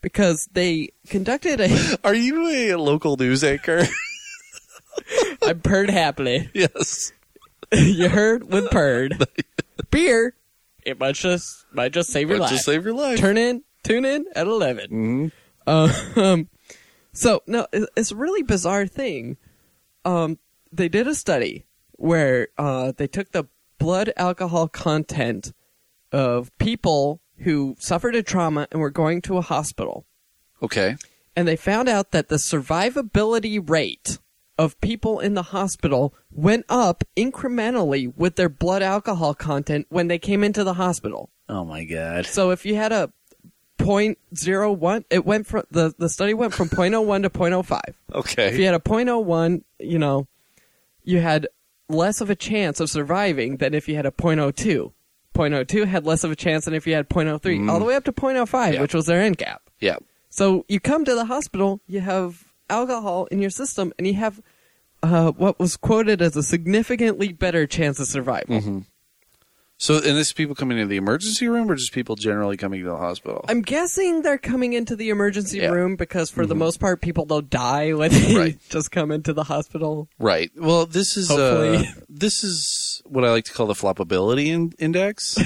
B: because they conducted a.
C: Are you a local news anchor?
B: I purred happily.
C: yes.
B: you heard with purred. beer, it might just might just save your Mm-hmm.
C: But
B: life.
C: to save your life.
B: Turn in, tune in at 11 Um, so no, it- it's a really bizarre thing. Um, they did a study where uh, they took the blood alcohol content of people who suffered a trauma and were going to a hospital,
C: Okay.
B: and they found out that the survivability rate of people in the hospital went up incrementally with their blood alcohol content when they came into the hospital.
C: Oh my god.
B: So if you had a 0.01, it went from the, the study went from 0.01 to 0.05. If you
C: Okay.
B: had a 0.01, you know, you had less of a chance of surviving than if you had a 0.02. 0.02 had less of a chance than if you had 0.03, all the way up to 0.05,
C: Yeah.
B: which was their end cap.
C: Yeah.
B: So you come to the hospital, you have alcohol in your system, and you have uh, what was quoted as a significantly better chance of survival.
C: Mm-hmm. So, and this is people coming into the emergency room, or just people generally coming to the hospital?
B: I'm guessing they're coming into the emergency
C: Yeah. Mm-hmm.
B: room because, for the most part, people don't die when they
C: Right.
B: just come into the hospital.
C: right. Well, this is uh,
B: Hopefully.
C: this is what I like to call the floppability in- index.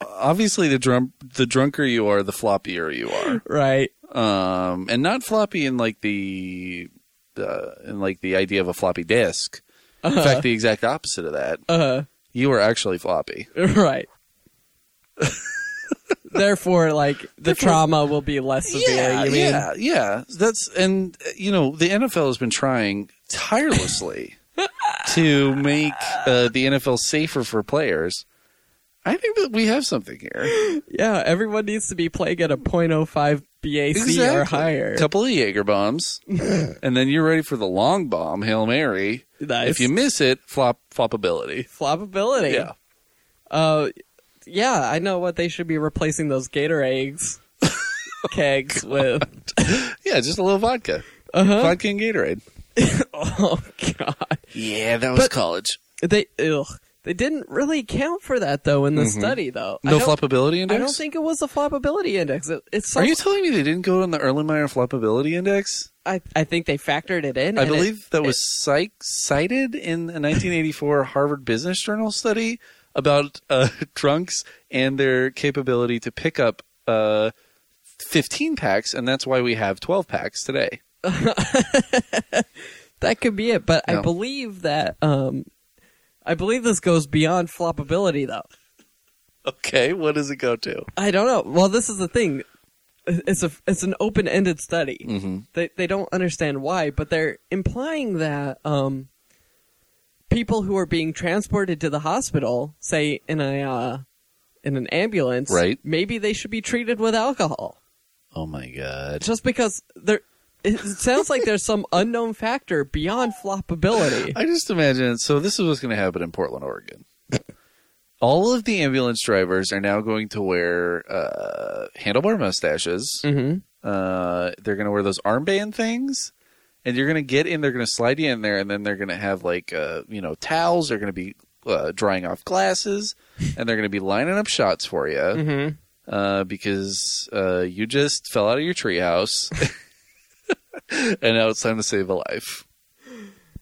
C: Obviously, the drum the drunker you are, the floppier you are,
B: Right.
C: um, and not floppy in like the uh, in like the idea of a floppy disk. In fact, the exact opposite of that.
B: Uh,
C: You are actually floppy.
B: right. Therefore, like, the trauma will be less severe.
C: Yeah,
B: you mean?
C: yeah, yeah. That's and uh, you know the NFL has been trying tirelessly to make uh, the NFL safer for players. I think that we have something here.
B: Yeah, everyone needs to be playing at a 0.05 BAC or higher.
C: A couple of Jaeger bombs, and then you're ready for the long bomb, hail mary.
B: Nice.
C: If you miss it, flop flopability.
B: Floppability.
C: Yeah.
B: Uh, yeah, I know what they should be replacing those Gator eggs
C: Oh,
B: kegs with.
C: Yeah, just a little vodka,
B: Uh-huh.
C: vodka and Gatorade.
B: Oh God,
C: Yeah, that was college.
B: they ugh, they didn't really count for that though in the study though. I
C: Mm-hmm. No
B: don't-
C: floppability index.
B: I don't think it was the floppability index. It, it's so,
C: Are you telling me they didn't go on the Erlenmeyer floppability index?
B: I I think they factored it in.
C: I
B: and it-
C: believe that was psych, cited in a 1984 Harvard Business Journal study about uh, drunks and their capability to pick up uh, 15 packs, and that's why we have 12 packs today.
B: that could be it. But I
C: No.
B: believe that um, I believe this goes beyond floppability though.
C: Okay, what does it go to?
B: I don't know. Well, this is the thing. It's a it's an open ended study.
C: Mm-hmm.
B: They they don't understand why, but they're implying that um, people who are being transported to the hospital, say in a uh, in an ambulance,
C: Right.
B: Maybe they should be treated with alcohol,
C: Oh my god.
B: just because there. It sounds like there's some unknown factor beyond floppability.
C: I just imagine. So this is what's going to happen in Portland, Oregon. All of the ambulance drivers are now going to wear uh, handlebar mustaches.
B: Mhm.
C: Uh, they're going to wear those armband things, and you're going to get in. They're going to slide you in there, and then they're going to have like uh, you know towels. They're going to be uh, drying off glasses, and they're going to be lining up shots for you
B: Mhm.
C: uh, because uh, you just fell out of your treehouse, and now it's time to save a life,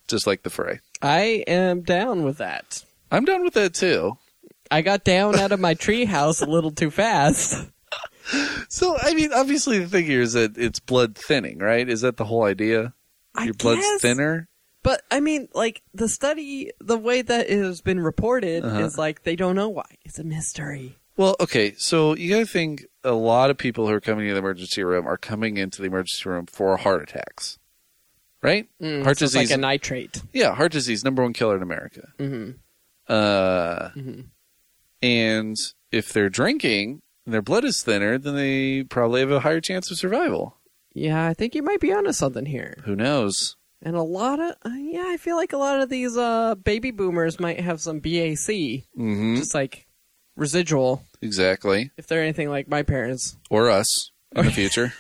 C: just like the fray.
B: I am down with that.
C: I'm done with that too.
B: I got down out of my treehouse a little too fast.
C: So I mean, obviously the thing here is that it's blood thinning, right? Is that the whole idea?
B: I
C: Your blood's
B: guess-
C: thinner.
B: But I mean, like the study, the way that it has been reported
C: Uh-huh.
B: is like they don't know why. It's a mystery.
C: Well, okay. So you got to think a lot of people who are coming to the emergency room are coming into the emergency room for heart attacks, right? heart
B: so it's
C: disease.
B: Mm, like a nitrate.
C: yeah, heart disease, number one killer in America.
B: hmm
C: Uh,
B: hmm
C: and if they're drinking and their blood is thinner, then they probably have a higher chance of survival.
B: Yeah, I think you might be onto something here.
C: Who knows?
B: And a lot of uh, yeah, I feel like a lot of these uh, baby boomers might have some BAC,
C: Mm-hmm.
B: just like residual.
C: Exactly.
B: If they're anything like my parents,
C: Or us in the future.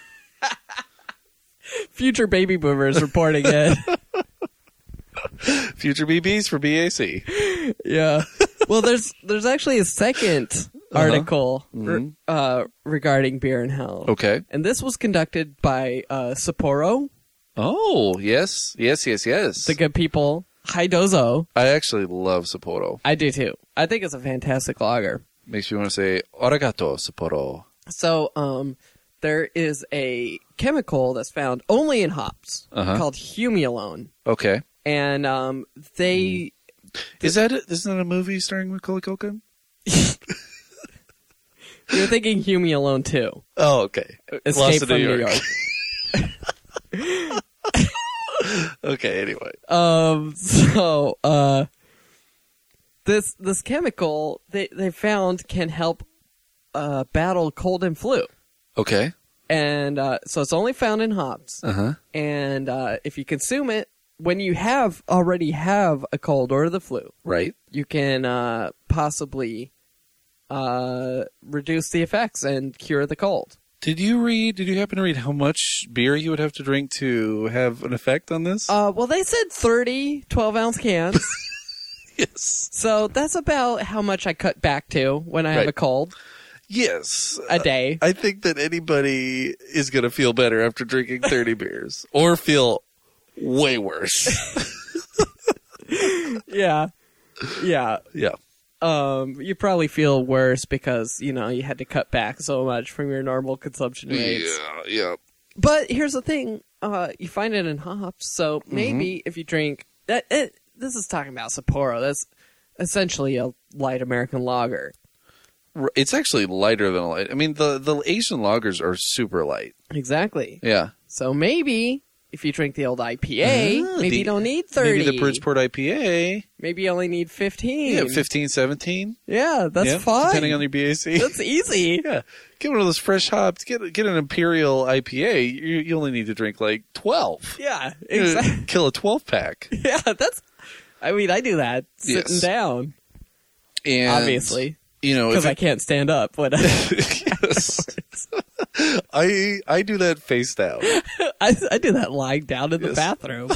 B: future baby boomers reporting it.
C: future BBs for BAC.
B: Yeah. well, there's there's actually a 2nd
C: Uh-huh.
B: article
C: Mm-hmm.
B: re- uh, regarding beer and health.
C: Okay.
B: And this was conducted by uh, Sapporo,
C: Oh, yes. Yes, yes, yes.
B: the good people, Haidozo.
C: I actually love Sapporo.
B: I do too. I think it's a fantastic lager.
C: Makes me want to say, Arigato, Sapporo.
B: So, um, there is a chemical that's found only in hops
C: Uh-huh.
B: called humulone,
C: Okay.
B: and um, they
C: Is that, a, isn't that a movie starring Macaulay Culkin?
B: You're thinking Hume Alone too.
C: Oh, okay.
B: Escape
C: Lost in
B: from New York.
C: okay, anyway.
B: Um, so uh, this this chemical they they found can help uh, battle cold and flu,
C: Okay.
B: and uh, so it's only found in hops.
C: Uh huh.
B: And uh, if you consume it when you have already have a cold or the flu,
C: Right.
B: you can uh, possibly uh, reduce the effects and cure the cold.
C: Did you read? Did you happen to read how much beer you would have to drink to have an effect on this?
B: Uh, well, they said 30 12 ounce cans.
C: yes.
B: so that's about how much I cut back to when I have
C: Right. Uh,
B: a cold
C: Yes.
B: a day.
C: I think that anybody is going to feel better after drinking 30 beers or feel way worse. uh,
B: yeah. Yeah.
C: yeah.
B: Um, you probably feel worse because, you know, you had to cut back so much from your normal consumption rates.
C: Yeah. Yeah.
B: But here's the thing, uh, you find it in hops, so
C: Mm-hmm.
B: maybe if you drink that it, this is talking about Sapporo. That's essentially a light American lager.
C: R- It's actually lighter than a light. I mean, the, the Asian lagers are super light.
B: Exactly.
C: Yeah.
B: So maybe if you drink the old IPA,
C: Ah,
B: maybe
C: the-
B: you don't need 30.
C: Maybe the Bridgeport IPA.
B: Maybe you only need 15.
C: Yeah, 15, 17.
B: Yeah, that's
C: yeah,
B: fine.
C: Depending on your BAC.
B: that's easy.
C: yeah. Get one of those fresh hops. Get get an Imperial IPA. You, you only need to drink like 12.
B: Yeah,
C: You know,
B: exactly.
C: Kill a 12 pack.
B: Yeah, that's. I mean, I do that sitting
C: Yes.
B: down,
C: And,
B: obviously,
C: You know,
B: because
C: if
B: I
C: it-
B: can't stand up. But I,
C: yes. I I do that face down.
B: I do that lying down in the
C: Yes.
B: bathroom.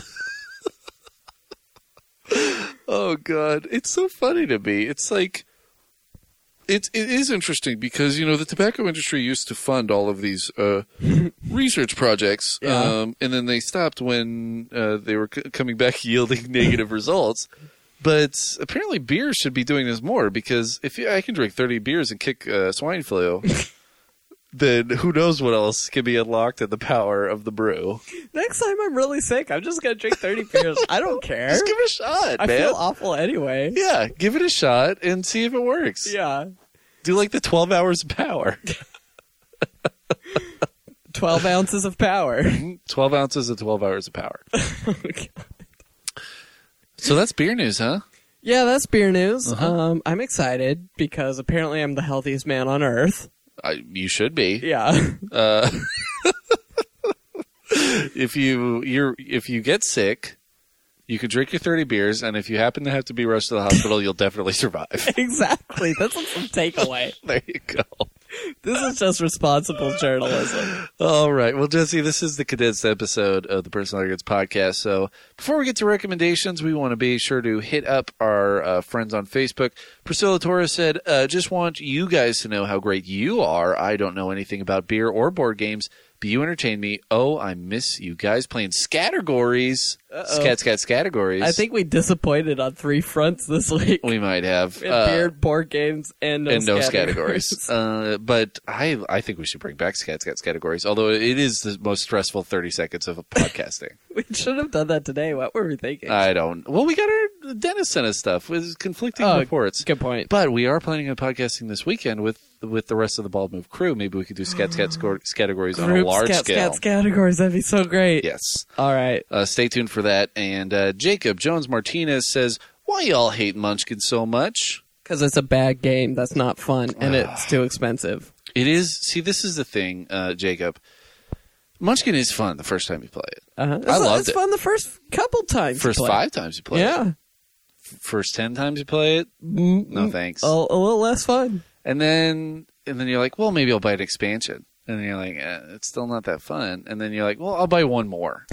C: Oh god, it's so funny to me. It's like it's it is interesting because you know the tobacco industry used to fund all of these uh, research projects,
B: Yeah.
C: um, and then they stopped when uh, they were c- coming back yielding negative results. But apparently, beer should be doing this more because if you, I can drink thirty beers and kick uh, swine flu, then who knows what else can be unlocked at the power of the brew?
B: Next time I'm really sick, I'm just gonna drink 30 beers. I don't care.
C: Just give it a shot,
B: I
C: man.
B: feel awful anyway.
C: Yeah, give it a shot and see if it works.
B: Yeah,
C: Do like the 12 hours of power.
B: 12 ounces of power.
C: 12 Mm-hmm. ounces of 12 hours of power.
B: Okay.
C: So that's beer news, huh?
B: yeah, that's beer news.
C: Uh-huh.
B: Um, I'm excited because apparently I'm the healthiest man on earth.
C: I, you should be.
B: Yeah,
C: Uh, if you you're if you get sick, you can drink your 30 beers and if you happen to have to be rushed to the hospital, you'll definitely survive.
B: exactly. That's what's the takeaway.
C: There you go.
B: This is just responsible journalism.
C: All right. Well, Jesse, this is the condensed episode of the Personal Goods Podcast. So before we get to recommendations, we want to be sure to hit up our uh, friends on Facebook. Priscilla Torres said, uh, just want you guys to know how great you are. I don't know anything about beer or board games, but you entertain me. Oh, I miss you guys playing Scattergories.
B: Uh-oh.
C: Scat, scat, Scattergories.
B: I think we disappointed on three fronts this week.
C: we might have.
B: We had
C: uh,
B: beer, board games, and no
C: and those categories. Uh, but I I think we should bring back Scat Scat's categories, although it is the most stressful 30 seconds of podcasting.
B: we should have done that today. What were we thinking?
C: I don't. Well, we got our Dennis sent us stuff with conflicting
B: Oh,
C: reports.
B: Good point.
C: But we are planning on podcasting this weekend with with the rest of the Bald Move crew. Maybe we could do Scat Scat's categories on a
B: Group
C: large
B: scat,
C: scale.
B: Scat, categories. That'd be so great.
C: Yes.
B: All right.
C: Uh, stay tuned for that. And uh, Jacob Jones Martinez says, "Why y'all hate Munchkin so much?"
B: Because it's a bad game. That's not fun, and
C: Ah.
B: it's too expensive.
C: It is. See, this is the thing, uh, Jacob. Munchkin is fun the first time you play it.
B: Uh-huh. It's,
C: loved
B: it's
C: it.
B: fun the first couple times. you
C: First
B: play.
C: five times you play it.
B: Yeah. Mm-hmm.
C: First ten times you play it, no thanks.
B: A, a little less fun.
C: And then and then you're like, well, maybe I'll buy an expansion. And then you're like, eh, it's still not that fun. And then you're like, well, I'll buy one more.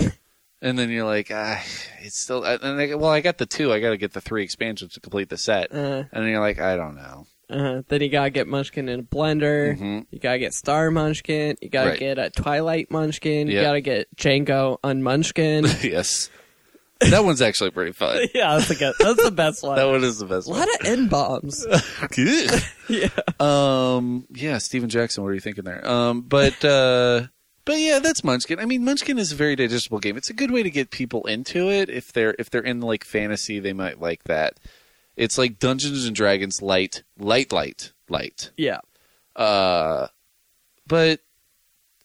C: and then you're like, ah, it's still. And then I, well, I got the two. I got to get the three expansions to complete the set.
B: Uh,
C: And then you're like, I don't know.
B: uh, then you gotta get Munchkin in a blender.
C: Mhm.
B: You gotta get Star Munchkin. You gotta
C: Right.
B: get a Twilight Munchkin. You
C: Yep.
B: gotta get Django on Munchkin.
C: yes, that one's actually pretty fun.
B: yeah, that's the good. That's the best one.
C: That one is the best
B: a
C: one.
B: lot of n bombs.
C: Good.
B: yeah.
C: Um, yeah, Steven Jackson, what are you thinking there? Um, but uh, but yeah, that's Munchkin. I mean, Munchkin is a very digestible game. It's a good way to get people into it if they're if they're in like fantasy, they might like that. It's like Dungeons and Dragons light, light, light, light.
B: Yeah.
C: Uh, but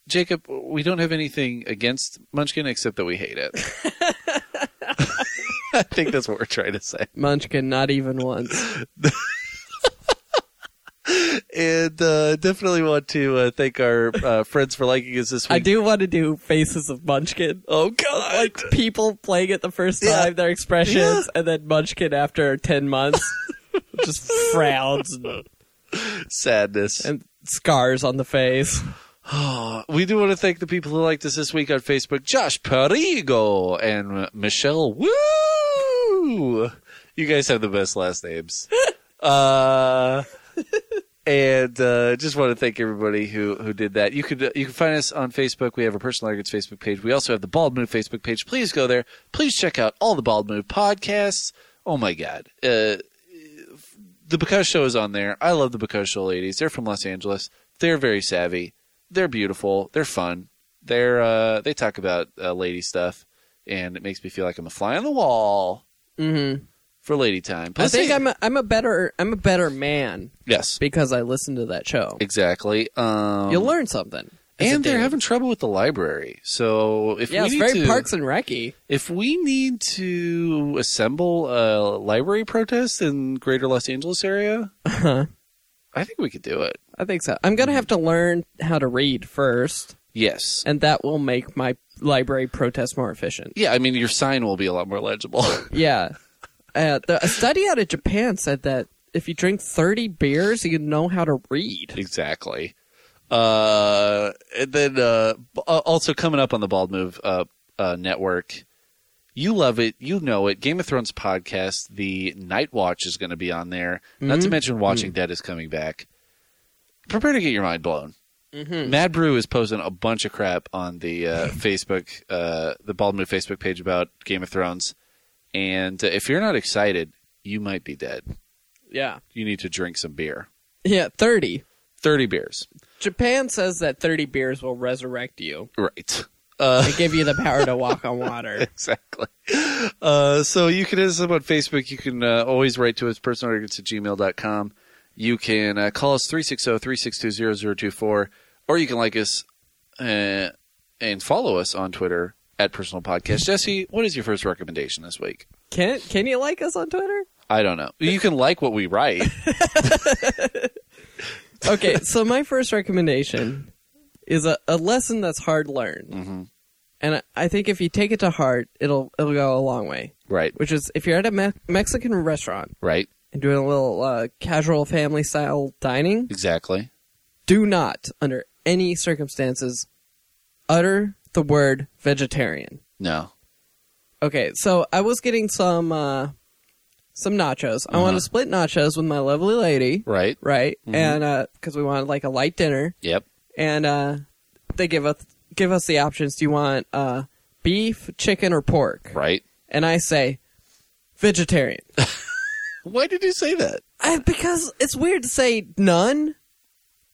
C: Jacob, we don't have anything against Munchkin except that we hate it. I think that's what we're trying to say.
B: Munchkin, not even once.
C: And uh, definitely want to uh, thank our uh, friends for liking us this week.
B: I do want to do faces of Munchkin.
C: Oh God!
B: Like people playing it the first time,
C: Yeah.
B: their expressions, and then Munchkin after ten months just frowns and,
C: Sadness.
B: and scars on the face.
C: we do want to thank the people who liked us this week on Facebook Josh Perigo and Michelle Woo. You guys have the best last names. uh, and uh, just want to thank everybody who, who did that. You could you can find us on Facebook. We have a personal records Facebook page. We also have the Bald Move Facebook page. Please go there. Please check out all the Bald Move podcasts. Oh my God. Uh, the Because Show is on there. I love the Because Show ladies. They're from Los Angeles. They're very savvy. They're beautiful. They're fun. They're uh, they talk about uh, lady stuff, and it makes me feel like I'm a fly on the wall
B: hmm
C: for lady time.
B: I
C: Plus
B: think
C: they-
B: I'm a, I'm a better I'm a better man
C: yes,
B: because I listened to that show.
C: exactly. Um,
B: You'll learn something. as a
C: And they're
B: dude.
C: having trouble with the library. So if
B: yeah,
C: we
B: it's
C: need
B: very
C: to,
B: Parks and Recce.
C: if we need to assemble a library protest in Greater Los Angeles area,
B: Uh-huh.
C: I think we could do it.
B: I think so. I'm gonna
C: Mm-hmm.
B: have to learn how to read first,
C: Yes.
B: and that will make my library protest more efficient.
C: yeah, I mean your sign will be a lot more legible.
B: Yeah, uh, the, a study out of Japan said that if you drink 30 beers, you know how to read.
C: Exactly. Uh, and then uh, b- uh, also coming up on the Bald Move uh, uh, Network, you love it, you know it. Game of Thrones podcast, the Night Watch is going to be on there. Not to mention Watching Dead is coming back. Prepare to get your mind blown.
B: Mm-hmm.
C: Mad Brew is posting a bunch of crap on the uh, Facebook, uh, the Bald Move Facebook page about Game of Thrones, and uh, if you're not excited, you might be dead.
B: Yeah,
C: You need to drink some beer,
B: yeah, 30.
C: thirty beers,
B: Japan says that 30 beers will resurrect you.
C: right? Uh,
B: They give you the power to walk on water.
C: exactly. Uh, so you can hit us up on Facebook. You can uh, always write to us, personalarguments at gmail.com. You can uh, call us 360-362-0024, or you can like us uh, and follow us on Twitter at Personal Podcast. Jesse, what is your first recommendation this week?
B: Can can you like us on Twitter?
C: I don't know. You can like what we write.
B: Okay, so my first recommendation is a, a lesson that's hard learned.
C: Mhm.
B: And I, I think if you take it to heart, it'll it'll go a long way.
C: right,
B: Which is if you're at a me- Mexican restaurant
C: right,
B: and doing a little uh, casual family style dining,
C: exactly.
B: do not, under any circumstances, utter the word vegetarian.
C: No.
B: Okay, so I was getting some uh, some nachos. I wanted to split nachos with my lovely lady,
C: Right.
B: right? And because we wanted like a light dinner,
C: Yep.
B: and uh, they give us give us the options. Do you want uh, beef, chicken, or pork?
C: Right.
B: And I say vegetarian
C: Why did you say that?
B: I, because it's weird to say none.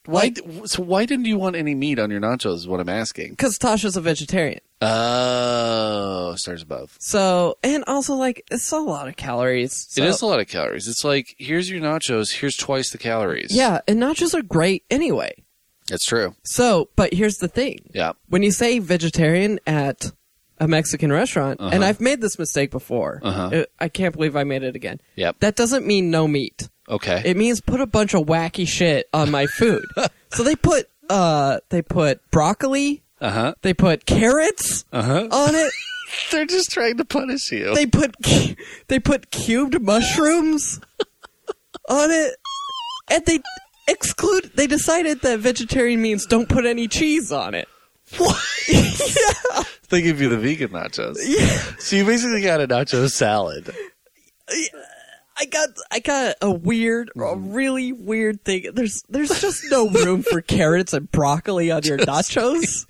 C: Why?
B: Like-
C: d- so why didn't you want any meat on your nachos? Is what I'm asking.
B: Because Tasha's a vegetarian,
C: Oh, stars above.
B: so and also like it's a lot of calories. so-
C: It is a lot of calories. It's like here's your nachos, here's twice the calories.
B: yeah, and nachos are great anyway.
C: that's true.
B: So, but here's the thing.
C: Yeah,
B: when you say vegetarian at a Mexican restaurant,
C: Uh-huh.
B: and I've made this mistake before.
C: Uh-huh.
B: It- I can't believe I made it again.
C: yep.
B: That doesn't mean no meat.
C: Okay,
B: It means put a bunch of wacky shit on my food. so they put uh they put broccoli,
C: uh huh,
B: they put carrots
C: uh huh.
B: on it.
C: They're just trying to punish you.
B: They put cu- they put cubed mushrooms on it. And they exclude they decided that vegetarian means don't put any cheese on it.
C: What?
B: yeah.
C: they give you the vegan nachos.
B: Yeah.
C: So you basically got a nacho salad.
B: I got I got a weird, a
C: Mm-hmm.
B: really weird thing. There's there's just no room for carrots and broccoli on your nachos.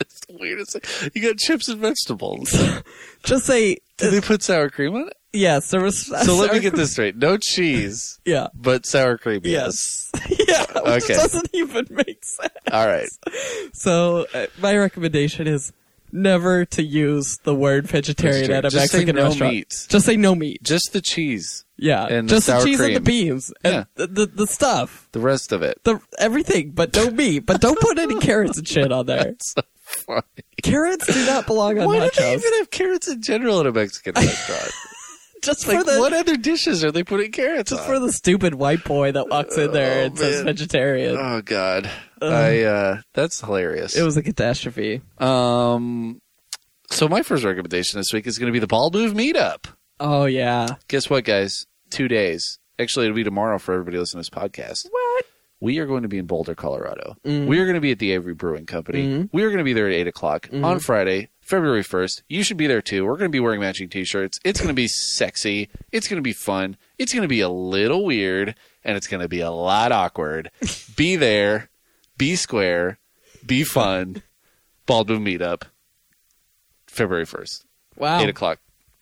C: It's the weirdest thing. You got chips and vegetables.
B: Just say
C: Did they put sour cream on it?
B: yes. There was
C: So let me get this straight: no cheese,
B: Yeah.
C: but sour cream.
B: Yes. yeah. Which
C: Okay.
B: doesn't even make sense.
C: All right.
B: So uh, my recommendation is never to use the word vegetarian at a
C: Just say
B: Mexican
C: no
B: restaurant.
C: meat.
B: Just say no meat.
C: Just the cheese,
B: Yeah,
C: And the
B: just
C: sour
B: cheese and the
C: cream.
B: beans and
C: Yeah.
B: the, the the stuff,
C: the rest of it.
B: the everything, but no meat. But don't put any carrots and shit on there.
C: Why
B: Carrots do not belong on
C: do they
B: nachos.
C: even have carrots in general at a Mexican restaurant?
B: Just for
C: like,
B: the
C: what other dishes are they putting carrots
B: just
C: on?
B: for the stupid white boy that walks in there
C: Oh,
B: and says
C: man.
B: vegetarian.
C: oh God, I uh, that's hilarious.
B: It was a catastrophe.
C: um, so my first recommendation this week is going to be the Ball Move Meetup.
B: Oh yeah.
C: Guess what, guys? Two days. Actually, it'll be tomorrow for everybody listening to this podcast.
B: What?
C: we are going to be in Boulder, Colorado.
B: Mm.
C: We are going to be at the Avery Brewing Company.
B: Mhm.
C: We are going to be there at 8 o'clock
B: Mhm.
C: on Friday, February 1st. You should be there too. We're going to be wearing matching t shirts. It's going to be sexy. It's going to be fun. It's going to be a little weird and it's going to be a lot awkward. be there, be square, be fun. Baldwin Meetup, February 1st,
B: Wow.
C: 8 o'clock,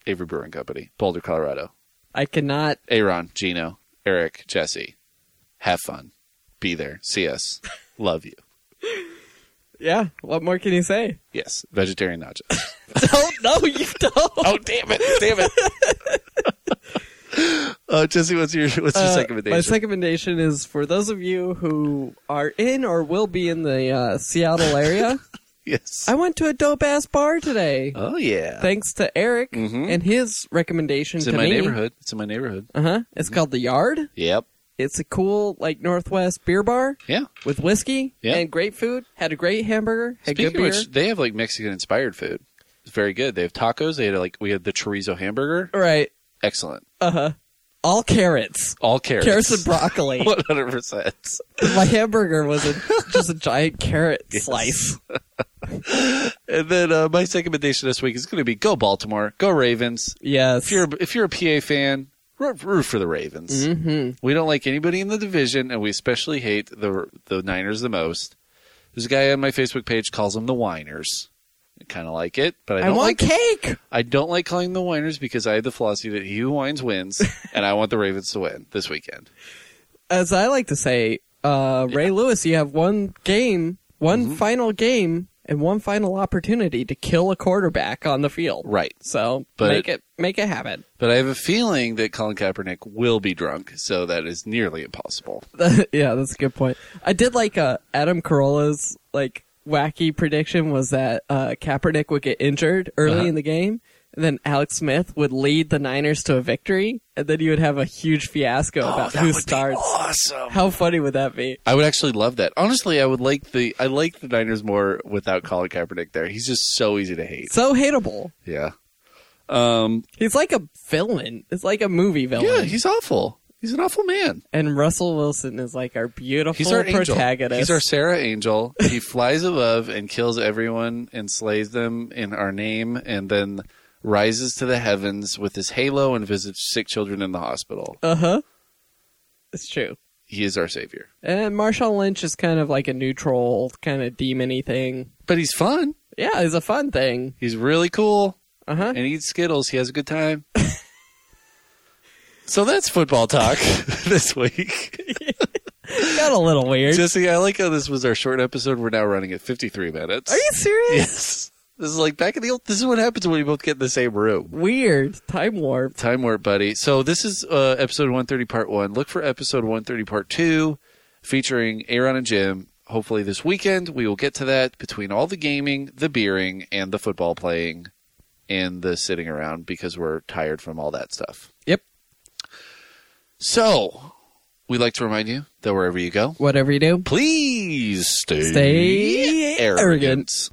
C: Avery Brewing Company, Boulder, Colorado.
B: I cannot.
C: Aaron, Gino, Eric, Jesse, have fun. Be there. See us. Love you.
B: Yeah. What more can you say?
C: Yes. Vegetarian nachos.
B: no, no, you don't.
C: oh, damn it. Damn it. uh, Jesse, what's your, what's your
B: Uh,
C: second recommendation?
B: My second recommendation is for those of you who are in or will be in the uh, Seattle area.
C: yes.
B: I went to a dope ass bar today.
C: oh, yeah.
B: Thanks to Eric
C: Mhm.
B: and his recommendation
C: it's
B: to
C: in my
B: me.
C: neighborhood. Mm-hmm. It's in my neighborhood.
B: Uh huh. It's called the Yard.
C: Yep.
B: It's a cool like Northwest beer bar
C: Yeah.
B: with whiskey
C: Yeah.
B: and great food. Had a great hamburger. Had
C: Speaking
B: good
C: of
B: beer.
C: which, they have like Mexican inspired food. It's very good. They have tacos. They had like, we had the chorizo hamburger.
B: right.
C: Excellent.
B: Uh huh. All carrots.
C: All carrots.
B: Carrots and broccoli.
C: 100%.
B: My hamburger was a, just a giant carrot slice.
C: And then uh, my second recommendation this week is going to be go Baltimore, go Ravens.
B: Yes.
C: If you're if you're a PA fan, root, root for the Ravens.
B: hmm
C: We don't like anybody in the division, and we especially hate the the Niners the most. There's a guy on my Facebook page calls them the Whiners. I kind of like it, but I
B: I,
C: don't
B: want
C: like
B: cake.
C: I don't like calling them the Whiners because I have the philosophy that he who whines wins, and I want the Ravens to win this weekend.
B: As I like to say, uh, Ray Lewis, you have one game, one final game, and one final opportunity to kill a quarterback on the field.
C: Right.
B: So
C: But-
B: make it make it happen.
C: But I have a feeling that Colin Kaepernick will be drunk, so that is nearly impossible.
B: yeah, that's a good point. I did like uh, Adam Carolla's like wacky prediction was that uh, Kaepernick would get injured early
C: Uh-huh.
B: in the game, and then Alex Smith would lead the Niners to a victory, and then you would have a huge fiasco
C: Oh,
B: about who starts.
C: awesome.
B: How funny would that be?
C: I would actually love that. Honestly, I would like the I like the Niners more without Colin Kaepernick there. He's just so easy to hate.
B: So hateable.
C: Yeah. Um
B: He's like a villain. It's like a movie villain.
C: Oh, yeah, he's awful. He's an awful man.
B: and Russell Wilson is like our beautiful
C: He's our angel.
B: protagonist.
C: He's our Sarah Angel. He flies above and kills everyone and slays them in our name and then rises to the heavens with his halo and visits sick children in the hospital.
B: uh huh. It's true.
C: He is our savior.
B: And Marshawn Lynch is kind of like a neutral kind of demony thing.
C: But he's fun.
B: Yeah, it's a fun thing.
C: He's really cool.
B: Uh huh.
C: and he eats Skittles. He has a good time. so that's football talk this week.
B: Got a little weird.
C: Jesse, I like how this was our short episode. We're now running at 53 minutes.
B: Are you serious?
C: Yes. This is like back in the old. This is what happens when you both get in the same room.
B: Weird. Time warp.
C: Time warp, buddy. So this is uh, episode 130, part one. Look for episode 130, part two, featuring Aaron and Jim. Hopefully this weekend we will get to that between all the gaming, the beering, and the football playing, and the sitting around because we're tired from all that stuff.
B: Yep.
C: So, we'd like to remind you that wherever you go,
B: Whatever you do.
C: please stay,
B: Stay
C: arrogant.